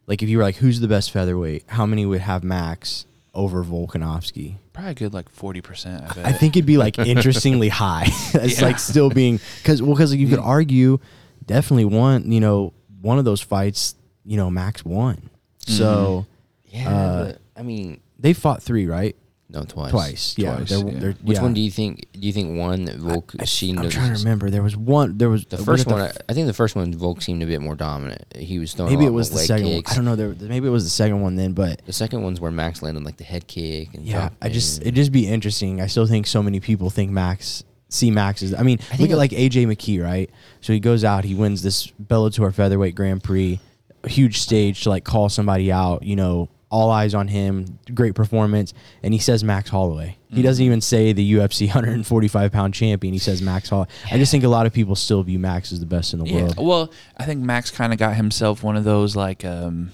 like if you were like who's the best featherweight, how many would have Max over Volkanovski?
Probably a good like forty percent. I bet.
I think it'd be like interestingly high. it's like still being because well because you could argue definitely one you know one of those fights you know Max won so
Mm-hmm. Yeah,
Uh,
but, I mean,
they fought three right
no, twice.
twice, yeah,
Twice,
they're,
yeah.
They're,
Which
yeah.
one do you think? Do you think one that Volk? she
I'm
knows-
trying to remember there was one there was
The
was
first
it the
one, I I think the first one, Volk seemed a bit more dominant. He was throwing.
maybe
a lot
it was
more
the
leg
second one.
kicks.
I don't know. There, maybe it was the second one then, but
The second one's where Max landed like the head kick and
yeah, I just
dropped
it'd just be interesting. I still think so many people think Max see Max is. I mean,
I
look
think
at like AJ McKee, right? So he goes out, he wins this Bellator featherweight Grand Prix, a huge stage to like call somebody out. You know, all eyes on him, great performance, and he says Max Holloway. He doesn't
Mm-hmm.
even say the UFC 145 pound champion. He says Max Holloway. I just think a lot of people still view Max as the best in the
Yeah. Oh.
world.
Well, I think Max kind of got himself one of those like um,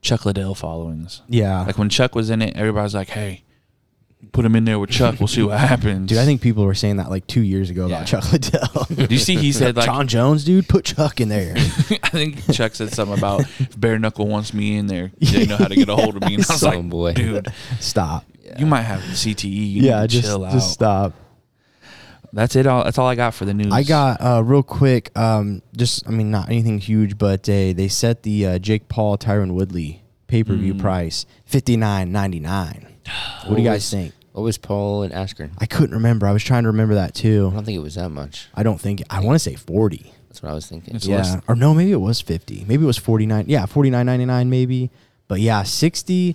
Chuck Liddell followings.
Yeah,
Like when Chuck was in it, everybody was like, "Hey, put him in there with Chuck. We'll see what happens."
dude, I think people were saying that like two years ago
Yeah.
about Chuck Liddell.
Do you see? He said like,
John Jones, dude, put Chuck in there.
I think Chuck said something about if bare knuckle wants me in there. They know how to get a hold of me. And I was
Oh,
like,
boy.
dude,
Stop.
you might have CTE. You
yeah,
need to
just,
chill out.
just stop.
That's it. All that's all I got for the news.
I got uh, real quick. Um, just I mean, not anything huge, but uh, they set the uh, Jake Paul Tyron Woodley pay per
Mm.
view price fifty nine ninety nine. What do you guys think?
What was Paul and Askren?
I couldn't remember. I was trying to remember that
I
too.
don't think it was that much.
I don't think I want to say forty.
That's what I was thinking.
It's
yeah,
less-
or no, maybe it was fifty. Maybe it was forty nine. Yeah, forty nine ninety nine maybe. But yeah, sixty.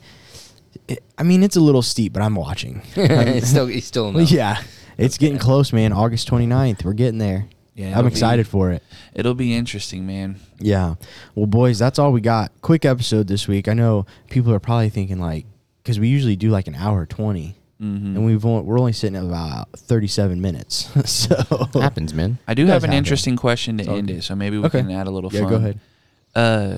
It, I mean, it's a little steep, but I'm watching.
it's still, it's still enough.
Yeah, it's getting close, man. August 29th. We're getting there.
Yeah,
I'm
it'll
excited for it.
It'll be interesting, man.
Yeah. Well, boys, that's all we got. Quick episode this week. I know people are probably thinking like, because we usually do like an hour 20
Mm-hmm.
and we've only, we're only sitting at about thirty-seven minutes. so
happens, man.
I do
Does
have an
happen.
interesting question to end it, so maybe we
Okay.
can add a little
yeah,
fun.
go ahead.
Uh,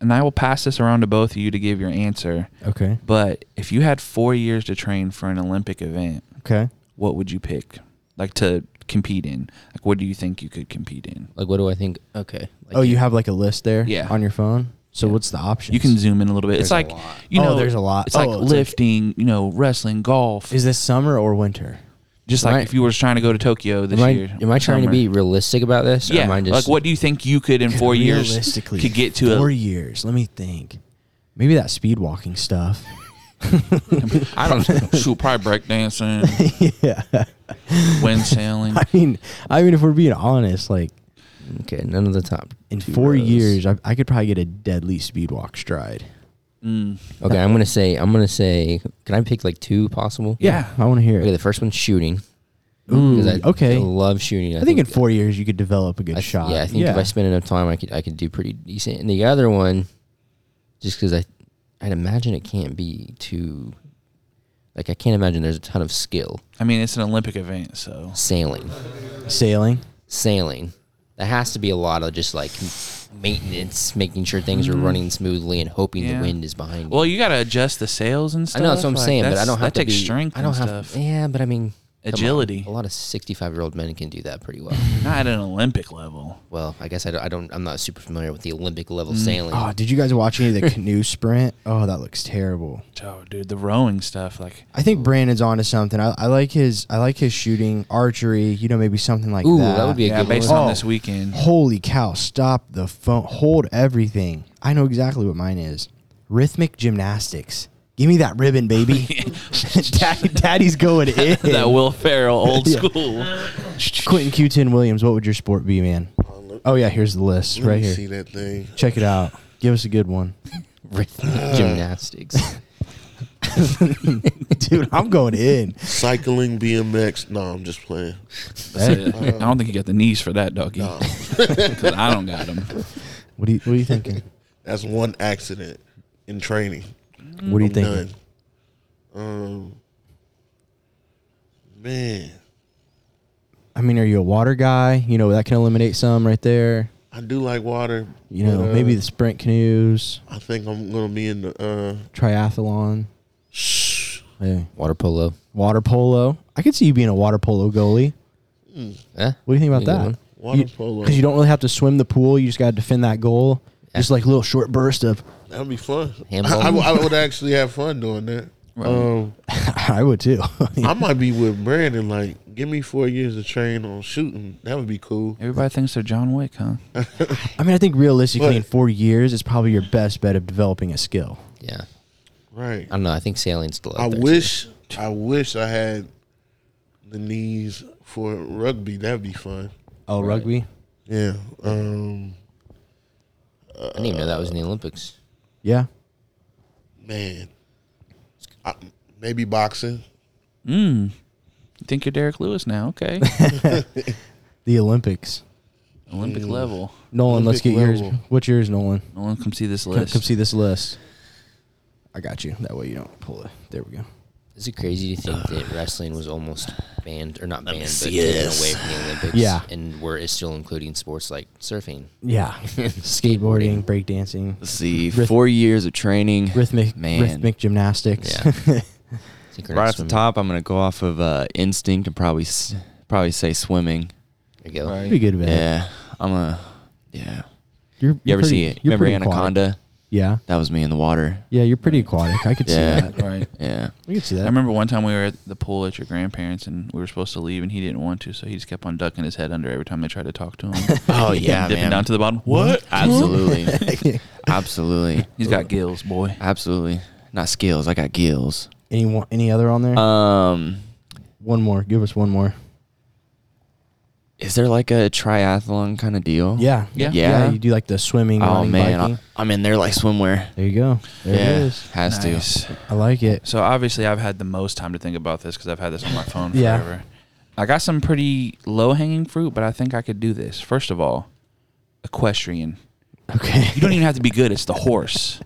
and I will pass this around to both of you to give your answer.
Okay.
But if you had four years to train for an Olympic event,
Okay.
what would you pick? Like to compete in? Like what do you think you could compete in?
Like, what do I think? Okay. Like,
oh, you have like a list there.
Yeah.
On your phone. So what's the option?
You can zoom in a little bit. it's
There's a
like
lot.
you
Oh,
know,
there's a lot.
It's like
Oh, it's like-
lifting, you know, wrestling, golf.
Is this summer or winter?
just like
Right.
if you were trying to go to Tokyo this
am I,
year.
am I trying to
summer.
be realistic about this? or
Yeah.
Am I
like what do you think you could in four years
realistically,
could get to?
four
a,
years. Let me think. Maybe that speed walking stuff.
I don't know. Shoot, probably break dancing,
yeah.
wind sailing.
I mean, I mean, if we're being honest, like
Okay, none of the top.
in
two
four
rows.
years, I, I could probably get a deadly speed walk stride.
Mm.
Okay, I'm gonna say. I'm gonna say. Can I pick like two possible?
Yeah.
I want to hear
Okay,
it.
the first one's shooting. 'cause
Ooh,
I
okay. I
love shooting. I,
think in four years you could develop a good
I th-
shot.
Yeah, I think if I spend enough time, I could I could do pretty decent. And the other one, just because I, I'd imagine it can't be too, like I can't imagine there's a ton of skill
I mean, it's an Olympic event, so
sailing,
sailing.
sailing. There has to be a lot of just like maintenance, making sure things are running smoothly and hoping
Mm-hmm. Yeah.
the wind is behind. you.
Well, you gotta adjust the sails and
I
stuff.
know that's what I'm
Like,
saying, but I
that's-
don't have
that
to
takes
be.
strength.
I don't
and
have.
stuff.
Yeah, but I mean, come on.
Agility.
A lot of 65 year old men can do that pretty well.
not at an Olympic level.
well, I guess I don't, I don't. I'm not super familiar with the Olympic level
Mm.
sailing.
Oh, did you guys watch any of the canoe sprint? Oh, that looks terrible.
Oh, dude, the rowing stuff, like
I think Brandon's onto something. I, I like his. I like his shooting, archery. You know, maybe something like
Ooh,
that.
that would be a
yeah,
good
based
one.
on
Oh.
this weekend.
Holy cow! Stop the phone. Hold everything. I know exactly what mine is. Rhythmic gymnastics. Give me that ribbon, baby. Daddy, daddy's going in.
That Will Ferrell old
Yeah.
school.
Quentin Q10 Williams, what would your sport be, man? Oh yeah, here's the list
Let
right
me
here.
See that thing.
Check it out. Give us a good one,
Oh,
Rhythmic gymnastics.
dude. I'm going in.
Cycling, BMX. No, I'm just playing.
That's it. I don't think you got the knees for that, doggy. 'Cause I don't got them.
What do you What are you thinking?
That's one accident in training.
What do you
I'm
thinking?
done. Um, man,
I mean, are you a water guy? You know that can eliminate some right there.
I do like water.
You know,
but, uh,
maybe the sprint canoes,
I think I'm gonna be in the. Uh,
triathlon, yeah.
Water polo.
water polo. I could see you being a water polo goalie.
Yeah.
What do you think about
Yeah, good
that?
one.
Water polo.
because you don't really have to swim the pool. You just got to defend that goal. Just like little short burst of,
that'd be fun. I,
Handball.
I would- I would actually have fun doing that. Um,
I would too.
I might be with Brandon. Like, give me four years to train on shooting. That would be cool.
Everybody thinks they're John Wick, huh?
I mean, I think realistically,
But-
in four years, it's probably your best bet of developing a skill.
Yeah.
Right.
I don't know. I think sailing's still. Out
I
there, too.
wish. I wish I had the knees for rugby. That'd be fun.
Oh, rugby.
Yeah. Um,
I didn't even know that was in the Olympics.
Yeah,
man. I, maybe boxing.
Mm. You think you're Derek Lewis now? Okay.
the Olympics.
Olympic
Mm.
level.
Nolan, let's get
Olympic
yours.
level.
What's yours, Nolan?
No one come see this
Come,
list.
come see this list. I got you. That way you don't pull it. There we go.
Is it crazy to think that wrestling was almost banned or not banned, but taken away from the Olympics?
Yeah.
and we're still including sports like surfing.
Yeah, skateboarding, breakdancing,
Let's see.
Rhyth-
four years of training.
rhythmic,
Man.
rhythmic gymnastics.
Synchronous
Right off the
swimming.
top, I'm gonna go off of uh, instinct and probably s- probably say swimming.
There you go.
Pretty good bet.
Yeah, I'm a. Yeah.
You're,
You
you're
ever
pretty-
see it?
you're
Remember
pretty aquatic.
Anaconda?
Yeah,
That was me in the water.
yeah. You're pretty aquatic. I could see
Yeah.
that.
Right.
Yeah.
We could see
I
that.
remember one time we were at the pool at your grandparents and we were supposed to leave and he didn't want to, so he just kept on ducking his head under every time they tried to talk to him.
Oh yeah,
Dipping
man.
down to the bottom. What?
Absolutely. Absolutely.
He's got gills, boy.
Absolutely. Not skills. I got gills.
any one, any other on there?
Um,
one more. Give us one more.
is there like a triathlon kind of deal?
Yeah.
Yeah.
Yeah?
You do like the swimming.
Oh
running,
man,
biking.
I, am in there like swimwear.
there you go. There
yeah,
it is.
has to.
I like it.
So obviously, I've had the most time to think about this because I've had this on my phone
Yeah.
forever. I got some pretty low hanging fruit, but I think I could do this. First of all, equestrian.
Okay.
You don't even have to be good. It's the horse.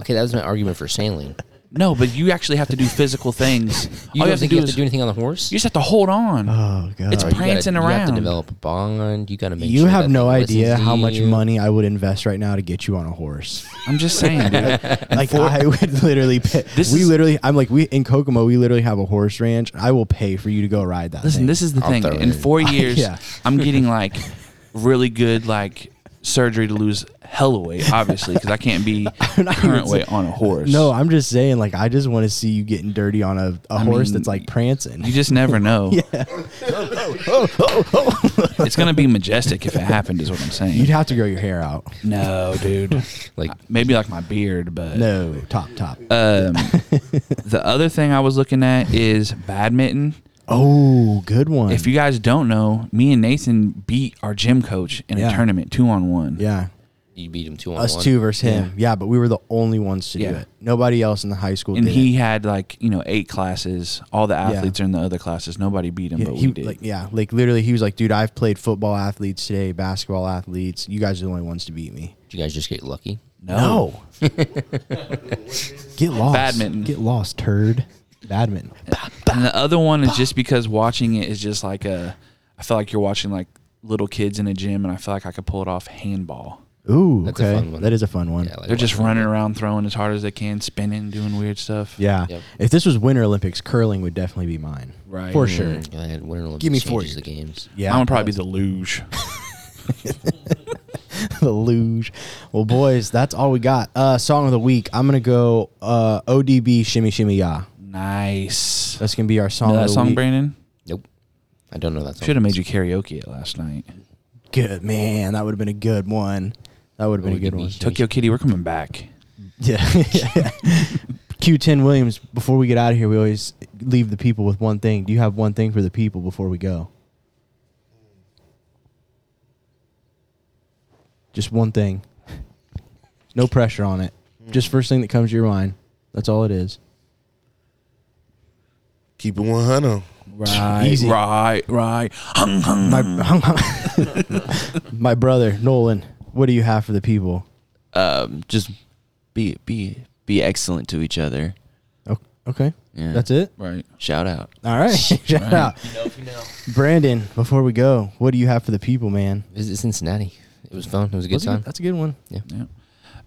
Okay, that was my argument for sailing.
No, but you actually have to do physical things.
You don't
all you have to
think
do
you have
is
to do anything on the horse?
you just have to hold on.
Oh god.
It's
No, you gotta-
prancing
You have to
around.
develop a bond. You got to make.
you
sure
have
that
no
thing
idea
listens to
how much
you.
money I would invest right now to get you on a horse.
I'm just saying, dude.
Like I would literally pay.
This
we
is-
literally, I'm like we in Kokomo. We literally have a horse ranch. I will pay for you to go ride that.
Listen,
thing.
this is the
I'll
thing.
throw it
In
in.
four years,
Yeah.
I'm getting like really good like surgery to lose hella weight, obviously, because I can't be
not even
current weight
saying-
on a horse.
No, I'm just saying. Like I just want to see you getting dirty on a, a horse
mean,
that's like prancing.
You just never know. it's gonna be majestic if it happened, is what I'm saying.
You'd have to grow your hair out.
no, dude.
Like
Maybe like my beard, but
No, top top.
um, the other thing I was looking at is badminton.
Oh, good one.
If you guys don't know, me and Nathan beat our gym coach in
Yeah.
a tournament, two on one.
yeah,
you beat him two on
us
one.
two versus him. Yeah. but we were the only ones to do
Yeah.
it. Nobody else in the high school
And
did
he
it.
had like you know eight classes. All the athletes are in the other classes. Nobody beat him,
Yeah,
but
he
we did.
like yeah, like literally he was like, dude, I've played football athletes today, basketball athletes. You guys are the only ones to beat me.
Did you guys just get lucky?
Mm.
No. Get lost.
Badminton.
Get lost, turd. Badminton.
And the other one is just because watching it is just like a. I feel like you're watching like little kids in a gym, and I feel like I could pull it off handball.
Ooh,
That's a
okay.
fun one.
That is a fun one.
Yeah, like
They're just
watching-
running around, throwing as hard as they can, spinning, doing weird stuff.
Yeah.
Yep.
If this was Winter Olympics, curling would definitely be mine.
Right.
For
Mm.
sure.
Mm, Go ahead. Winter Olympics
Give me four
changes the games.
Yeah.
I'm gonna probably be the luge.
the luge. Well, boys, that's all we got. Uh, song of the week. I'm gonna go uh, ODB Shimmy Shimmy Ya.
nice.
That's gonna be our song.
know
of
that
the
song,
week.
Brandon?
Nope. I don't know that song.
Should have made you karaoke it last night.
Good man, that would have been a good one. That would have been a good
ODB.
one.
Tokyo Kitty, we're coming back.
Yeah. Q10 Williams. Before we get out of here, we always leave the people with one thing. Do you have one thing for the people before we go? Just one thing. No pressure on it. Just first thing that comes to your mind. That's all it is.
Keep it one hundred.
Right,
Easy.
right, right. Hung, hung.
My my brother Nolan, what do you have for the people?
Um, just be be be excellent to each other.
O- Okay,
Yeah.
that's it.
Right.
Shout out.
All right, shout out, Brandon. Before we go, what do you have for the people, man?
Visit Cincinnati. It was fun. It was a good
That's a
time.
good- that's a good one.
Yeah.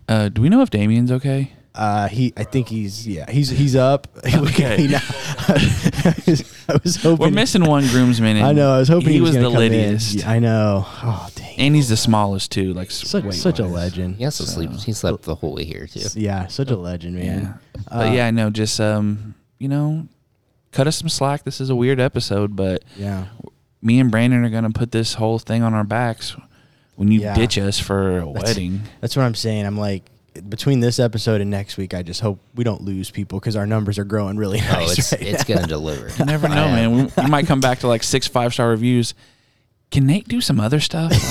Uh, do we know if Damien's okay?
Uh, he, I think he's yeah, he's he's up.
Okay.
I was- I was hoping.
We're missing one groomsman. and
I know. I was hoping
he,
he,
was,
gonna
the
come in.
littiest,
Yeah, I know. Oh dang.
and he's the smallest too. Like
Such, such a legend.
He also sleeps. He slept the whole way here too.
Yeah, such a legend,
Yeah.
man. Uh,
but yeah, I know. Just um, you know, cut us some slack. This is a weird episode, but
Yeah.
me and Brandon are gonna put this whole thing on our backs when you
Yeah.
ditch us for a wedding.
That's what I'm saying. I'm like between this episode and next week, I just hope we don't lose people because our numbers are growing really
Oh,
nice.
it's
right
it's
now.
gonna deliver.
You never know, man. We, we might come back to like six five star reviews. Can Nate do some other stuff?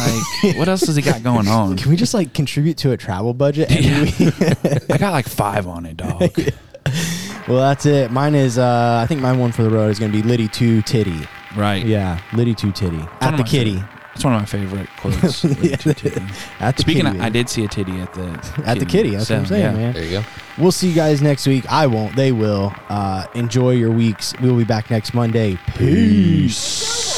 Like, what else does he got going on?
Can we just like contribute to a travel budget? every
Yeah.
week?
I got like five on it, dog.
well, that's it. Mine is. uh I think my one for the road is gonna be Liddy Two Titty.
Right.
Yeah, Liddy Two Titty
one
at
of
the
my
kitty.
It's one of my favorite quotes.
Yeah.
Two titty.
At the
Speaking
kitty,
of,
man.
I did see a titty at the
at the kitty. That's what I'm
So,
saying,
yeah.
man.
There you go.
We'll see you guys next week. I won't. They will. Uh, enjoy your weeks. We will be back next Monday. Peace.